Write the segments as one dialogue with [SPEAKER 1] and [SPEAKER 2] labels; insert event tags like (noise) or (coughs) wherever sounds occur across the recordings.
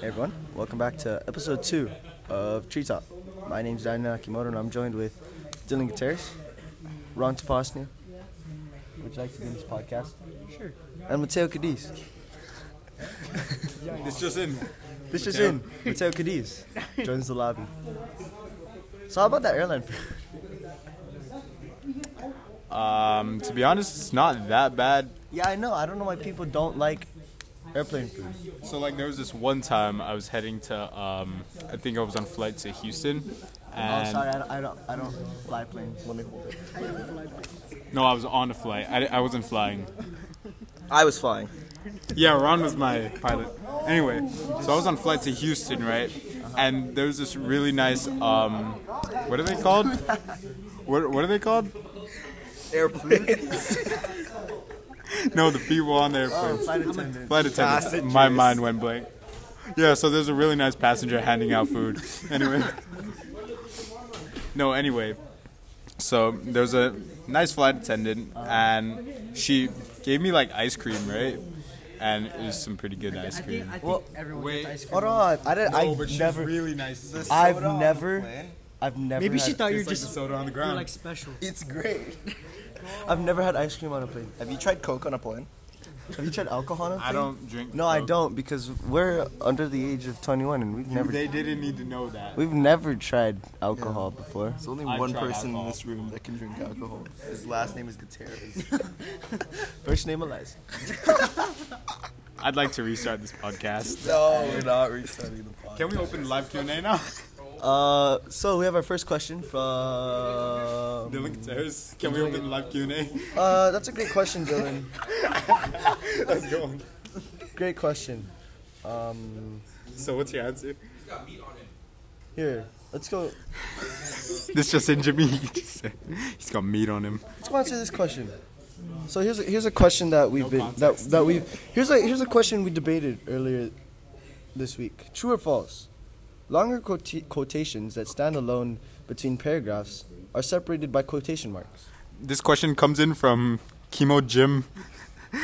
[SPEAKER 1] Hey everyone, welcome back to episode two of Treetop. My name's Daniel Akimoto and I'm joined with Dylan Gutierrez, Ron Toposnia, would you like to do this podcast?
[SPEAKER 2] Sure.
[SPEAKER 1] And Mateo Cadiz.
[SPEAKER 3] It's just in.
[SPEAKER 1] This just in, Mateo Cadiz joins the lobby. So how about that airline food? (laughs)
[SPEAKER 3] Um, to be honest, it's not that bad.
[SPEAKER 1] yeah, I know. I don't know why people don't like airplane food.
[SPEAKER 3] So like, there was this one time I was heading to, um, I think I was on flight to Houston, and
[SPEAKER 1] oh, sorry, I don't, I don't, I don't fly planes. Let me hold it.
[SPEAKER 3] no, I was on a flight. I, I wasn't flying.
[SPEAKER 1] I was (laughs) flying.
[SPEAKER 3] Yeah, Ron was my pilot. Anyway, so I was on flight to Houston, right? And there was this really nice, um, what are they called? What, what are they called?
[SPEAKER 1] Airplanes.
[SPEAKER 3] No, the people on the
[SPEAKER 1] oh,
[SPEAKER 3] airplane.
[SPEAKER 1] flight attendant.
[SPEAKER 3] (laughs) Flight attendants.
[SPEAKER 1] Passengers.
[SPEAKER 3] My mind went blank. Yeah, so there's a really nice passenger handing out food. (laughs) Anyway. no, anyway. So there's a nice flight attendant, and she gave me like ice cream, right? And it was some pretty good ice
[SPEAKER 2] I think,
[SPEAKER 3] cream.
[SPEAKER 2] I think
[SPEAKER 1] Well,
[SPEAKER 2] everyone
[SPEAKER 3] wait.
[SPEAKER 2] gets ice cream.
[SPEAKER 1] Hold on, I did. I never.
[SPEAKER 3] really nice.
[SPEAKER 1] I've never- I've never.
[SPEAKER 2] Maybe she
[SPEAKER 1] had-
[SPEAKER 2] thought you were Oh, just
[SPEAKER 3] soda on the
[SPEAKER 2] you're like special.
[SPEAKER 4] It's great.
[SPEAKER 1] (laughs) I've never had ice cream on a plane.
[SPEAKER 4] Have you tried Coke on a plane?
[SPEAKER 1] Have you tried alcohol on a plane?
[SPEAKER 3] I don't drink.
[SPEAKER 1] No, I
[SPEAKER 3] Coke.
[SPEAKER 1] don't because we're under the age of 21 and we've never
[SPEAKER 3] They didn't need to know that.
[SPEAKER 1] we've never tried alcohol before.
[SPEAKER 4] There's only
[SPEAKER 3] I've
[SPEAKER 4] one
[SPEAKER 3] tried
[SPEAKER 4] person
[SPEAKER 3] alcohol.
[SPEAKER 4] in this room that can drink alcohol. His last name is Gutierrez.
[SPEAKER 1] (laughs) First name Elias.
[SPEAKER 3] I'd like to restart this podcast.
[SPEAKER 4] no, we're not restarting the podcast.
[SPEAKER 3] Can we open live Q and A now? (laughs)
[SPEAKER 1] Uh, so we have our first question from.
[SPEAKER 3] Dylan Gutierrez. Can we open live Q and A?
[SPEAKER 1] Uh, that's a great question, Dylan.
[SPEAKER 3] Let's go. on.
[SPEAKER 1] Great question. Um,
[SPEAKER 3] So what's your answer?
[SPEAKER 1] here, let's go.
[SPEAKER 3] This just in Jimmy. (laughs) He's got meat on him.
[SPEAKER 1] Let's go answer this question. So here's a, here's a question that we've been that that we've here's a here's a question we debated earlier this week. True or false? Longer quota- quotations that stand alone between paragraphs are separated by quotation marks.
[SPEAKER 3] This question comes in from Chemo Jim. (laughs)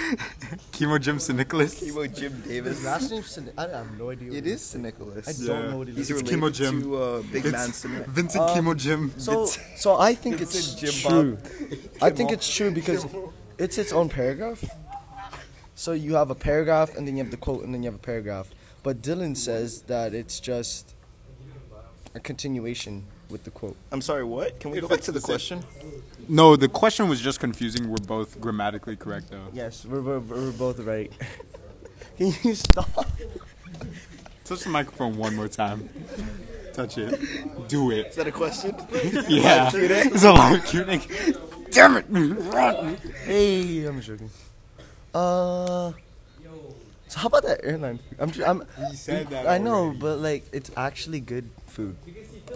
[SPEAKER 3] Chemo Jim St. Nicholas.
[SPEAKER 4] Chemo Jim Davis.
[SPEAKER 1] Last name Sin- I have no idea.
[SPEAKER 4] It is St. Nicholas.
[SPEAKER 1] I don't know what it
[SPEAKER 4] He's
[SPEAKER 1] is.
[SPEAKER 3] It's
[SPEAKER 4] related
[SPEAKER 3] Chemo Jim.
[SPEAKER 4] to uh, Big
[SPEAKER 3] It's
[SPEAKER 4] Man St. Nicholas. Um,
[SPEAKER 3] Vincent Chemo Jim.
[SPEAKER 1] So so I think it's,
[SPEAKER 4] it's a Jim
[SPEAKER 1] true. I think it's true because it's its own paragraph. So you have a paragraph and then you have the quote and then you have a paragraph. But Dylan says that it's just a continuation with the quote.
[SPEAKER 4] I'm sorry, what? Can we
[SPEAKER 3] It
[SPEAKER 4] go back
[SPEAKER 3] fits
[SPEAKER 4] to the
[SPEAKER 3] the
[SPEAKER 4] question?
[SPEAKER 3] no, the question was just confusing. We're both grammatically correct, though.
[SPEAKER 1] Yes, we're, we're, we're both right. (laughs) Can you stop?
[SPEAKER 3] Touch the microphone one more time. Touch it. Do it.
[SPEAKER 4] Is that a question?
[SPEAKER 3] Yeah. It's a live Q&A. Damn it. Run.
[SPEAKER 1] Hey, I'm joking. Uh, so how about that airline? Food? I'm, ju- I'm.
[SPEAKER 3] You said that
[SPEAKER 1] I know,
[SPEAKER 3] already.
[SPEAKER 1] but like, it's actually good food.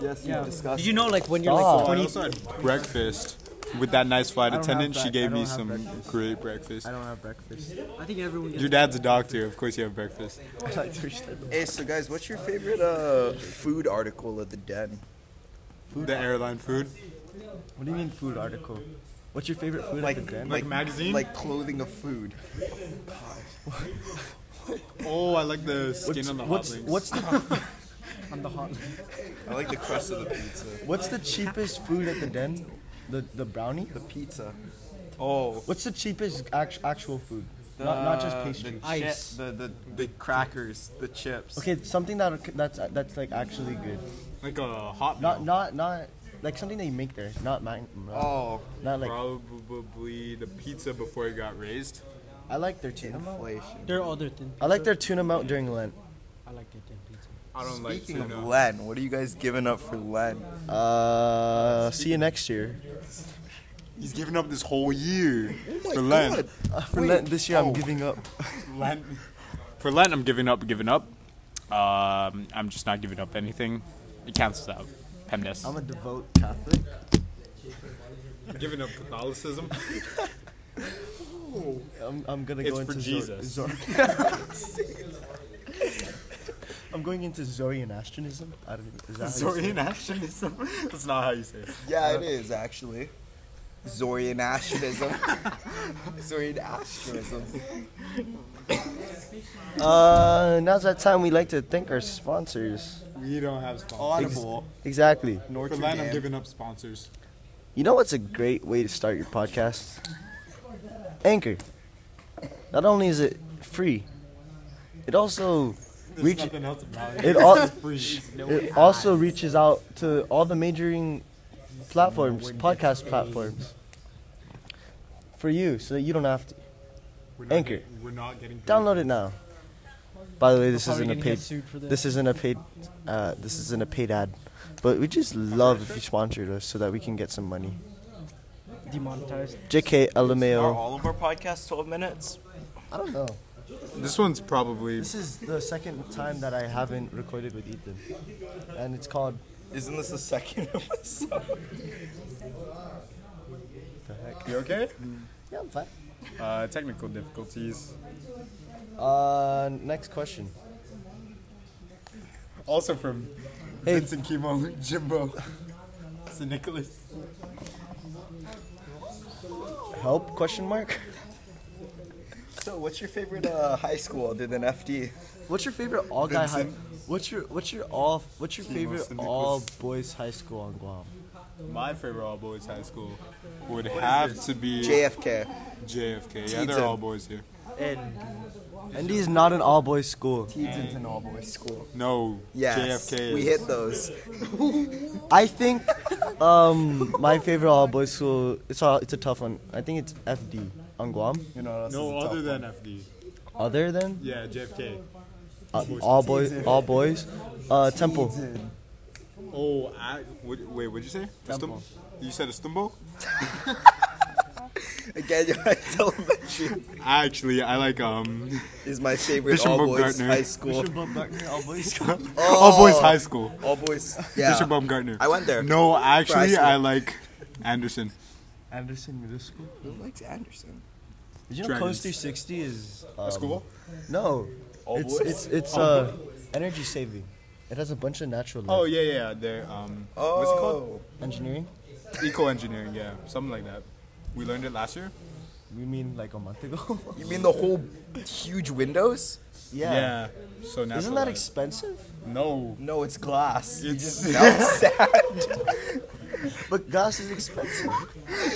[SPEAKER 4] yes,
[SPEAKER 2] Yeah.
[SPEAKER 4] we discussed.
[SPEAKER 2] Did you know, like, when you're
[SPEAKER 1] Stop.
[SPEAKER 2] like
[SPEAKER 3] Oh, I
[SPEAKER 2] 20,
[SPEAKER 3] also had breakfast with that nice flight
[SPEAKER 1] I don't
[SPEAKER 3] attendant.
[SPEAKER 1] have
[SPEAKER 3] She
[SPEAKER 1] bre- I
[SPEAKER 3] gave
[SPEAKER 1] don't
[SPEAKER 3] me
[SPEAKER 1] have
[SPEAKER 3] some
[SPEAKER 1] breakfast.
[SPEAKER 3] great breakfast.
[SPEAKER 1] I don't have breakfast.
[SPEAKER 2] I think everyone gets
[SPEAKER 3] Your dad's a doctor. Of course, you have breakfast.
[SPEAKER 4] Hey, so guys, what's your favorite uh, food article at the den?
[SPEAKER 3] The airline food.
[SPEAKER 1] What do you mean food article? What's your favorite food
[SPEAKER 4] Like,
[SPEAKER 1] at the den?
[SPEAKER 3] Like magazine?
[SPEAKER 4] Like clothing of food.
[SPEAKER 3] Oh, I like the skin
[SPEAKER 1] what's,
[SPEAKER 3] on the
[SPEAKER 1] what's,
[SPEAKER 3] hot wings.
[SPEAKER 1] what's the
[SPEAKER 4] (laughs)
[SPEAKER 2] on the hot.
[SPEAKER 4] I like the crust of the pizza.
[SPEAKER 1] what's the cheapest food at the den? The the brownie?
[SPEAKER 4] The pizza.
[SPEAKER 3] oh,
[SPEAKER 1] What's the cheapest act- actual food? Uh, not, not just pastry.
[SPEAKER 4] The
[SPEAKER 2] Ice.
[SPEAKER 4] chi- the, the the crackers, the chips.
[SPEAKER 1] Okay, something that that's that's like actually good.
[SPEAKER 3] like a hot
[SPEAKER 1] Not
[SPEAKER 3] meal.
[SPEAKER 1] not not like something they make there. Not mine.
[SPEAKER 4] Oh,
[SPEAKER 1] Not like
[SPEAKER 3] probably the pizza before it got raised.
[SPEAKER 1] I like their tuna.
[SPEAKER 4] inflation.
[SPEAKER 2] They're all their thin.
[SPEAKER 1] I like their tuna melt during Lent.
[SPEAKER 2] I like their thin pizza.
[SPEAKER 3] I don't
[SPEAKER 4] Speaking
[SPEAKER 3] like
[SPEAKER 4] of
[SPEAKER 3] tuna.
[SPEAKER 4] Len, what are you guys giving up for Len?
[SPEAKER 1] Uh, see you next year.
[SPEAKER 3] He's giving up this whole year
[SPEAKER 1] Oh
[SPEAKER 4] my
[SPEAKER 3] for Lent.
[SPEAKER 4] God.
[SPEAKER 1] Uh, for
[SPEAKER 4] Wait,
[SPEAKER 1] Lent this year,
[SPEAKER 4] oh.
[SPEAKER 1] I'm giving up.
[SPEAKER 3] Lent. For Lent, I'm giving up. Giving up. Um, I'm just not giving up anything. It cancels out. PEMDAS.
[SPEAKER 1] I'm a devout Catholic.
[SPEAKER 3] giving up
[SPEAKER 1] (laughs)
[SPEAKER 3] Catholicism.
[SPEAKER 1] I'm, I'm gonna
[SPEAKER 3] It's
[SPEAKER 1] go
[SPEAKER 3] for
[SPEAKER 1] into Zo- Zo-
[SPEAKER 3] Jesus.
[SPEAKER 1] (laughs)
[SPEAKER 3] (laughs)
[SPEAKER 1] I'm going into Zoroastrianism. I don't. Is that how you say it?
[SPEAKER 3] (laughs)
[SPEAKER 1] uh,
[SPEAKER 3] Zoroastrianism. That's not how you say it.
[SPEAKER 4] Yeah, it is actually. Zorian Ashtism.
[SPEAKER 1] (laughs)
[SPEAKER 4] Zorian Ashtism.
[SPEAKER 1] Uh, now's that time we like to thank our sponsors.
[SPEAKER 5] We don't have sponsors.
[SPEAKER 4] Audible.
[SPEAKER 1] Exactly.
[SPEAKER 4] Notre
[SPEAKER 5] For that, I'm
[SPEAKER 4] Dame.
[SPEAKER 5] giving up sponsors.
[SPEAKER 1] You know what's a great way to start your podcast? Anchor. Not only is it free, it also
[SPEAKER 5] There's
[SPEAKER 1] reach,
[SPEAKER 5] nothing else about it.
[SPEAKER 1] it, al-
[SPEAKER 5] Free.
[SPEAKER 1] it also reaches out to all the majoring platforms, podcast platforms. For you, so that you don't have to
[SPEAKER 5] We're not
[SPEAKER 1] Anchor.
[SPEAKER 5] Getting, we're not getting paid.
[SPEAKER 1] download it now. By the way, this
[SPEAKER 2] Probably
[SPEAKER 1] isn't a
[SPEAKER 2] gonna get
[SPEAKER 1] paid.
[SPEAKER 2] sued for
[SPEAKER 1] This isn't a paid. Uh, this isn't a paid ad, but we just love if you sponsored us so that we can get some money.
[SPEAKER 2] Demonetized.
[SPEAKER 1] JK
[SPEAKER 6] Are
[SPEAKER 1] LMAO.
[SPEAKER 6] all of our podcasts 12 minutes?
[SPEAKER 1] I don't know.
[SPEAKER 5] This one's probably.
[SPEAKER 1] This is the second time that I haven't recorded with Ethan, and it's called.
[SPEAKER 6] Isn't this the second episode?
[SPEAKER 1] The heck?
[SPEAKER 5] You okay?
[SPEAKER 1] Yeah, I'm fine.
[SPEAKER 5] Uh, technical difficulties.
[SPEAKER 1] Uh, next question.
[SPEAKER 5] Also from
[SPEAKER 1] Hey.
[SPEAKER 5] Vincent Kimo Jimbo. St. Nicholas.
[SPEAKER 1] Help? Question mark. (laughs)
[SPEAKER 4] So, what's your favorite uh, high school other than FD?
[SPEAKER 1] What's your favorite all guy high?
[SPEAKER 5] Vincent.
[SPEAKER 1] What's your what's your all what's your favorite
[SPEAKER 5] St. Nicholas.
[SPEAKER 1] all boys high school on Guam?
[SPEAKER 5] My favorite all boys high school would have to be
[SPEAKER 4] JFK.
[SPEAKER 5] JFK. Yeah,
[SPEAKER 4] Teton.
[SPEAKER 5] they're all boys here.
[SPEAKER 1] ND is not an all boys school.
[SPEAKER 4] Teton's an all boys school.
[SPEAKER 5] No,
[SPEAKER 4] Yes.
[SPEAKER 5] JFK. Is.
[SPEAKER 4] We hit those.
[SPEAKER 1] I think um, my favorite all boys school. It's a it's a tough one. I think it's FD on Guam.
[SPEAKER 4] You know, that's
[SPEAKER 5] no other than FD.
[SPEAKER 1] Other than
[SPEAKER 5] Yeah, JFK.
[SPEAKER 1] uh, all boys, all boys, uh, Temple.
[SPEAKER 5] Oh, I, what, wait, what'd you say? Estum- you said Estumbo?
[SPEAKER 4] (laughs) Again, your high (laughs) elementary
[SPEAKER 5] Actually, I like um
[SPEAKER 4] is my favorite
[SPEAKER 5] Bishop
[SPEAKER 4] all boys
[SPEAKER 5] Baumgartner.
[SPEAKER 4] high school.
[SPEAKER 1] all boys.
[SPEAKER 5] all boys high school.
[SPEAKER 4] All boys.
[SPEAKER 5] Yeah.
[SPEAKER 4] Yeah.
[SPEAKER 5] Bishop Baumgartner.
[SPEAKER 4] I went there.
[SPEAKER 5] No,
[SPEAKER 4] high
[SPEAKER 5] actually,
[SPEAKER 4] school.
[SPEAKER 5] I like Anderson.
[SPEAKER 1] (laughs) Anderson Middle School.
[SPEAKER 4] Who likes Anderson?
[SPEAKER 1] Did you know
[SPEAKER 5] Dragons.
[SPEAKER 1] Coast 360 is um,
[SPEAKER 5] school?
[SPEAKER 1] No,
[SPEAKER 4] All
[SPEAKER 1] it's
[SPEAKER 4] boys?
[SPEAKER 1] it's it's uh, energy saving. It has a bunch of natural.
[SPEAKER 5] Oh
[SPEAKER 1] light.
[SPEAKER 5] yeah, yeah. They're um.
[SPEAKER 4] Oh.
[SPEAKER 5] What's it called?
[SPEAKER 1] engineering.
[SPEAKER 5] Eco engineering. Yeah, something like that. We learned it last year.
[SPEAKER 1] We mean like a month ago. (laughs)
[SPEAKER 4] You mean the whole huge windows?
[SPEAKER 5] So now.
[SPEAKER 1] Isn't that expensive?
[SPEAKER 5] no?
[SPEAKER 4] No, it's glass.
[SPEAKER 5] It's (laughs)
[SPEAKER 4] That's sad.
[SPEAKER 1] But glass is expensive.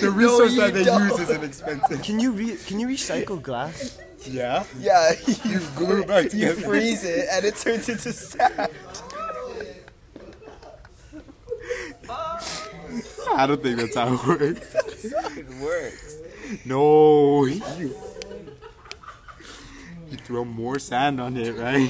[SPEAKER 5] the resource
[SPEAKER 4] you
[SPEAKER 5] that they
[SPEAKER 4] don't.
[SPEAKER 5] use isn't expensive.
[SPEAKER 1] Can you re- can you recycle glass?
[SPEAKER 5] (laughs) Yeah.
[SPEAKER 4] Yeah, (laughs) you,
[SPEAKER 5] Glue it back
[SPEAKER 4] you
[SPEAKER 5] together.
[SPEAKER 4] freeze it and it turns into
[SPEAKER 5] (laughs)
[SPEAKER 4] sand.
[SPEAKER 5] I don't think that's how it works.
[SPEAKER 4] It works.
[SPEAKER 5] No. You, you throw more sand on it, right?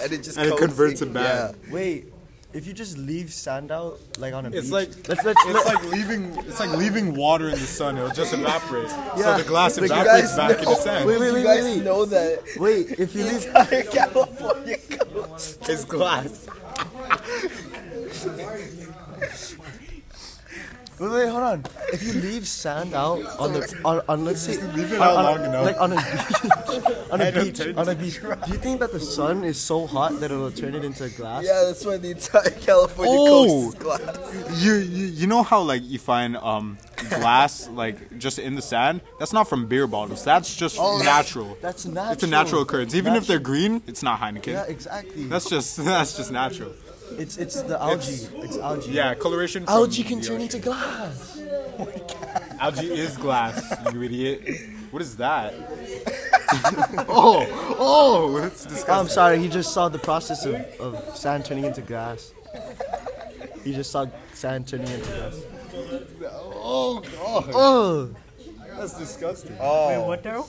[SPEAKER 4] And it just
[SPEAKER 5] And it
[SPEAKER 4] coats
[SPEAKER 5] converts it back.
[SPEAKER 4] Yeah.
[SPEAKER 1] Wait, if you just leave sand out like on a
[SPEAKER 5] It's
[SPEAKER 1] beach,
[SPEAKER 5] like-
[SPEAKER 1] let's, let's,
[SPEAKER 5] It's like leaving. It's like leaving water in the sun. It'll just evaporate.
[SPEAKER 1] Yeah.
[SPEAKER 5] So the glass
[SPEAKER 4] But you
[SPEAKER 5] evaporates
[SPEAKER 4] guys
[SPEAKER 5] back
[SPEAKER 4] know-
[SPEAKER 5] into sand.
[SPEAKER 1] Wait, wait,
[SPEAKER 4] you
[SPEAKER 1] wait,
[SPEAKER 4] guys
[SPEAKER 1] wait, wait.
[SPEAKER 4] know that
[SPEAKER 1] wait. If you
[SPEAKER 4] the
[SPEAKER 1] leave,
[SPEAKER 4] entire (laughs) California coast.
[SPEAKER 5] It's glass.
[SPEAKER 1] wait, wait, hold on. If you leave sand out on the on, on let's say
[SPEAKER 5] leave it
[SPEAKER 1] on-
[SPEAKER 5] out
[SPEAKER 1] on-
[SPEAKER 5] long enough.
[SPEAKER 1] like on a beach, (laughs) on a
[SPEAKER 5] It'll
[SPEAKER 1] beach,
[SPEAKER 5] turn
[SPEAKER 1] on a
[SPEAKER 5] to
[SPEAKER 1] beach. Do you think that the sun is so hot that it'll turn it into glass?
[SPEAKER 4] Yeah, that's why the entire California
[SPEAKER 5] Oh.
[SPEAKER 4] coast is glass.
[SPEAKER 5] You, you you know how like you find um glass like just in the sand? That's not from beer bottles. Oh, That's just natural.
[SPEAKER 1] that's natural.
[SPEAKER 5] It's a natural occurrence. Even if they're green, it's not Heineken.
[SPEAKER 1] Yeah, exactly.
[SPEAKER 5] That's just (laughs) that's just natural.
[SPEAKER 1] it's it's the algae. It's, algae.
[SPEAKER 5] Yeah, coloration. From
[SPEAKER 1] Algae can
[SPEAKER 5] the
[SPEAKER 1] turn
[SPEAKER 5] ocean.
[SPEAKER 1] into glass.
[SPEAKER 5] algae is glass. You idiot. What is that? oh oh, that's
[SPEAKER 1] Oh, I'm
[SPEAKER 5] disgusting.
[SPEAKER 1] sorry. He just saw the process of, of sand turning into glass. He just saw sand turning into glass.
[SPEAKER 5] Oh god,
[SPEAKER 1] Oh.
[SPEAKER 5] that's disgusting.
[SPEAKER 2] Wait, what now?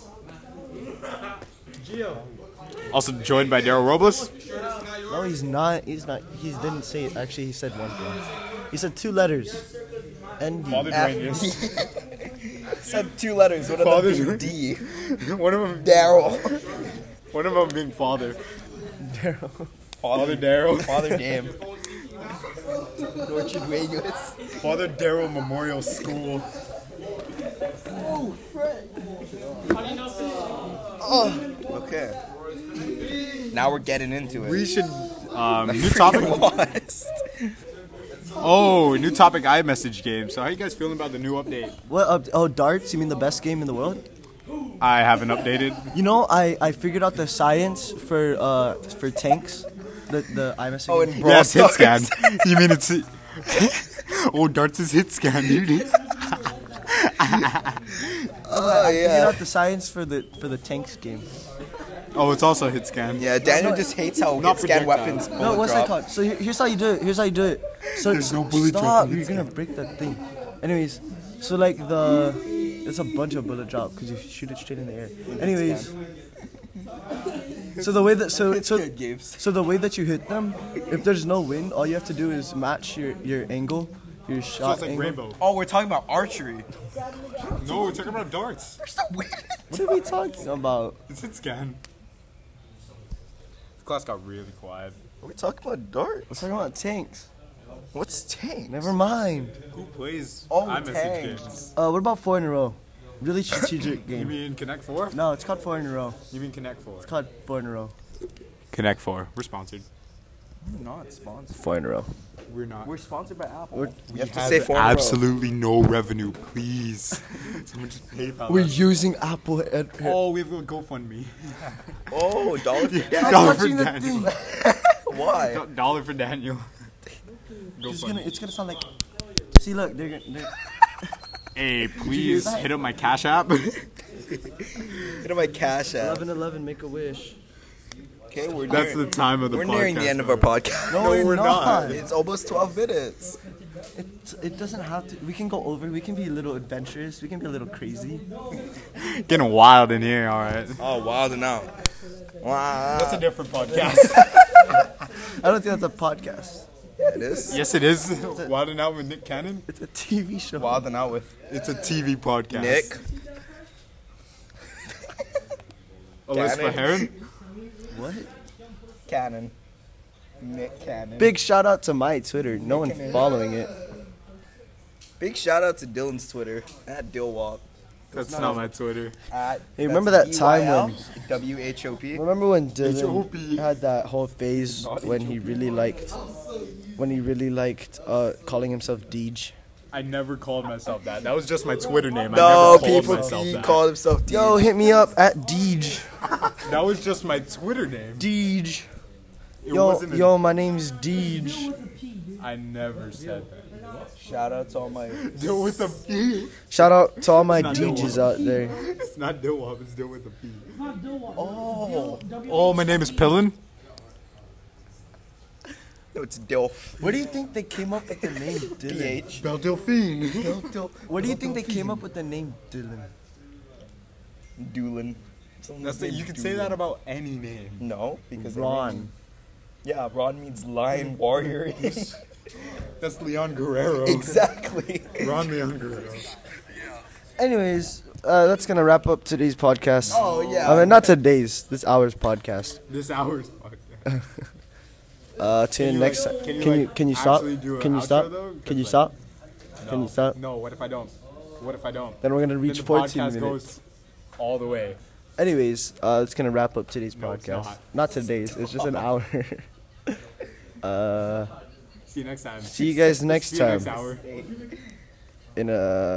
[SPEAKER 5] Also joined by Daryl Robles.
[SPEAKER 1] No, he's not. He's not. He didn't say it. Actually, he said one thing. He said two letters. Envy.
[SPEAKER 5] Father Duenas.
[SPEAKER 4] (laughs) Said two letters. One of
[SPEAKER 5] Father's
[SPEAKER 4] them
[SPEAKER 5] right.
[SPEAKER 4] being D.
[SPEAKER 5] (laughs) one of them.
[SPEAKER 4] Daryl.
[SPEAKER 5] One of them being father. Father Daryl.
[SPEAKER 4] Father damn. Orchard Vegas.
[SPEAKER 5] (laughs) Father Daryl Memorial School.
[SPEAKER 4] Okay. Now we're getting into it.
[SPEAKER 5] We should. Um,
[SPEAKER 3] (laughs)
[SPEAKER 5] new (laughs)
[SPEAKER 4] Freaking
[SPEAKER 5] topic.
[SPEAKER 4] lost.
[SPEAKER 5] Oh, new topic iMessage game. So how you guys feeling about the new update?
[SPEAKER 1] What? Up, oh, darts. You mean the best game in the world?
[SPEAKER 5] I haven't updated.
[SPEAKER 1] You know, I, I figured out the science for uh for tanks, the the iMessage.
[SPEAKER 4] Oh,
[SPEAKER 1] game.
[SPEAKER 4] and Brawl
[SPEAKER 5] Yes, hit
[SPEAKER 4] Stars.
[SPEAKER 5] scan. You mean it's Oh, darts is hit scan, dude.
[SPEAKER 4] Oh,
[SPEAKER 1] I figured
[SPEAKER 4] yeah.
[SPEAKER 1] out the science for the for the tanks game.
[SPEAKER 5] Oh, it's also hit scan.
[SPEAKER 4] Yeah, Daniel just hates how
[SPEAKER 5] Not
[SPEAKER 4] hit scan
[SPEAKER 5] projectile.
[SPEAKER 4] weapons
[SPEAKER 1] No,
[SPEAKER 4] bullet
[SPEAKER 1] what's
[SPEAKER 4] drop.
[SPEAKER 1] that called? So here- here's how you do it. Here's how you do it. So
[SPEAKER 5] There's no bullet drop
[SPEAKER 1] stop.
[SPEAKER 5] on
[SPEAKER 1] You're
[SPEAKER 5] this
[SPEAKER 1] gonna break that thing. Anyways, so like the it's a bunch of bullet drop because you shoot it straight in the air. Anyways, so the way that so so
[SPEAKER 4] Good games.
[SPEAKER 1] so the way that you hit them, if there's no wind, all you have to do is match your your angle, your shot
[SPEAKER 5] So it's like
[SPEAKER 1] angle.
[SPEAKER 5] rainbow.
[SPEAKER 6] Oh, we're talking about archery.
[SPEAKER 5] No, we're talking about darts.
[SPEAKER 1] What are we talking about?
[SPEAKER 5] It's hit scan. The class got really quiet.
[SPEAKER 4] We're talking about dart.
[SPEAKER 1] We're talking about tanks.
[SPEAKER 4] What's tank?
[SPEAKER 1] Never mind.
[SPEAKER 5] Who plays
[SPEAKER 4] Oh,
[SPEAKER 5] iMessage
[SPEAKER 4] dang.
[SPEAKER 5] games?
[SPEAKER 1] Uh, what about four in a row? Really strategic
[SPEAKER 5] (coughs) You
[SPEAKER 1] game.
[SPEAKER 5] mean Connect Four?
[SPEAKER 1] No, it's called four in a row.
[SPEAKER 5] You mean Connect Four?
[SPEAKER 1] It's called four in a row.
[SPEAKER 5] Connect Four. We're sponsored.
[SPEAKER 6] Not sponsored.
[SPEAKER 1] Four in a row.
[SPEAKER 5] We're not.
[SPEAKER 6] We're sponsored by Apple.
[SPEAKER 4] You have to say four in a row.
[SPEAKER 5] absolutely no revenue, please. (laughs) Someone just PayPal.
[SPEAKER 1] We're
[SPEAKER 5] us.
[SPEAKER 1] using Apple. Ed-
[SPEAKER 5] oh, we have a GoFundMe.
[SPEAKER 4] Oh, dollar
[SPEAKER 1] (laughs)
[SPEAKER 4] for
[SPEAKER 1] Stop
[SPEAKER 4] Daniel.
[SPEAKER 1] touching the thing.
[SPEAKER 4] Why?
[SPEAKER 5] Dollar for Daniel.
[SPEAKER 1] It's gonna,
[SPEAKER 5] GoFundMe.
[SPEAKER 1] it's gonna sound like. See, look, they're gonna. They're,
[SPEAKER 5] Hey, please hit up my Cash App. (laughs)
[SPEAKER 4] Look at my cash app.
[SPEAKER 1] 11 11, make a wish.
[SPEAKER 4] Okay, we're
[SPEAKER 5] That's the
[SPEAKER 4] nearing,
[SPEAKER 5] time of the
[SPEAKER 4] we're
[SPEAKER 5] podcast.
[SPEAKER 4] nearing the end of
[SPEAKER 6] (laughs)
[SPEAKER 4] our podcast.
[SPEAKER 1] No, we're not.
[SPEAKER 4] It's almost 12 minutes.
[SPEAKER 1] It, it doesn't have to. We can go over, we can be a little adventurous, we can be a little crazy.
[SPEAKER 5] Getting wild in here, all right.
[SPEAKER 4] Oh, wild and out. Wow.
[SPEAKER 5] That's a different (laughs) podcast.
[SPEAKER 1] I don't think that's a podcast,
[SPEAKER 4] Yeah, it is.
[SPEAKER 5] yes, it is. Wild and Out with Nick Cannon.
[SPEAKER 1] it's a TV show.
[SPEAKER 6] Wild and out with
[SPEAKER 5] It's a TV podcast.
[SPEAKER 4] Nick.
[SPEAKER 5] Alyssa Heron.
[SPEAKER 1] What?
[SPEAKER 6] Cannon. Nick Cannon.
[SPEAKER 1] Big shout out to my Twitter. No one
[SPEAKER 6] Cannon.
[SPEAKER 1] following it.
[SPEAKER 4] Big shout out to Dylan's Twitter. At Dillwop.
[SPEAKER 5] That's not my Twitter.
[SPEAKER 6] At-
[SPEAKER 1] Hey, remember that time when-
[SPEAKER 6] W H O P?
[SPEAKER 1] Remember when
[SPEAKER 5] H.O.P..
[SPEAKER 1] Dylan had that whole phase when he really liked. When he really liked uh, calling himself Deej.
[SPEAKER 5] I never called myself that. That was just my Twitter
[SPEAKER 4] No,
[SPEAKER 5] name. I never called
[SPEAKER 4] people
[SPEAKER 5] myself
[SPEAKER 4] he
[SPEAKER 5] that.
[SPEAKER 4] called himself D.
[SPEAKER 1] Yo, hit me up at Deej.
[SPEAKER 5] that was just my Twitter name.
[SPEAKER 1] Deej.
[SPEAKER 5] It
[SPEAKER 1] Yo,
[SPEAKER 5] wasn't. a-
[SPEAKER 1] yo, my name's Deej.
[SPEAKER 5] I never said that.
[SPEAKER 6] Shout out to all my.
[SPEAKER 5] Deal with the P.
[SPEAKER 1] Shout out to all my
[SPEAKER 5] not no
[SPEAKER 1] DJs out there.
[SPEAKER 5] It's not Dillwop. It's Dill with a P. Oh. Oh, my name is Pillin.
[SPEAKER 4] No, it's Dilf.
[SPEAKER 1] Where do you think they came up with the name (laughs) Dylan?
[SPEAKER 4] PH.
[SPEAKER 5] Belle Delphine.
[SPEAKER 1] Where do you think they came up with the name Dylan?
[SPEAKER 4] Doolin.
[SPEAKER 5] That's the, you can say that about any name.
[SPEAKER 4] No, because it means-
[SPEAKER 1] Ron.
[SPEAKER 4] yeah, Ron means lion
[SPEAKER 5] (laughs)
[SPEAKER 4] warrior.
[SPEAKER 5] That's Leon Guerrero.
[SPEAKER 4] (laughs) exactly.
[SPEAKER 5] Ron Leon Guerrero.
[SPEAKER 1] Anyways, uh, that's gonna wrap up today's podcast.
[SPEAKER 4] Oh, yeah.
[SPEAKER 1] I mean, not today's, this hour's podcast.
[SPEAKER 5] This hour's podcast.
[SPEAKER 1] Uh, tune
[SPEAKER 5] you,
[SPEAKER 1] in next
[SPEAKER 5] like-
[SPEAKER 1] time.
[SPEAKER 5] can you,
[SPEAKER 1] Can you
[SPEAKER 5] like,
[SPEAKER 1] can you stop?
[SPEAKER 5] actually do an
[SPEAKER 1] Can you
[SPEAKER 5] outro,
[SPEAKER 1] stop?
[SPEAKER 5] though?
[SPEAKER 1] Can
[SPEAKER 5] 'Cause,
[SPEAKER 1] you
[SPEAKER 5] like,
[SPEAKER 1] stop? (laughs)
[SPEAKER 5] No.
[SPEAKER 1] Can you stop?
[SPEAKER 5] No, what if I don't? What if I don't?
[SPEAKER 1] Then we're gonna
[SPEAKER 5] the
[SPEAKER 1] reach 14
[SPEAKER 5] podcast
[SPEAKER 1] minutes.
[SPEAKER 5] goes all the way.
[SPEAKER 1] Anyways, uh, it's gonna wrap up today's
[SPEAKER 5] No, it's
[SPEAKER 1] podcast.
[SPEAKER 5] not.
[SPEAKER 1] not today's. It's just an hour. (laughs) uh,
[SPEAKER 5] See you next time.
[SPEAKER 1] see you guys next
[SPEAKER 5] See you
[SPEAKER 1] time
[SPEAKER 5] next hour.
[SPEAKER 1] in a.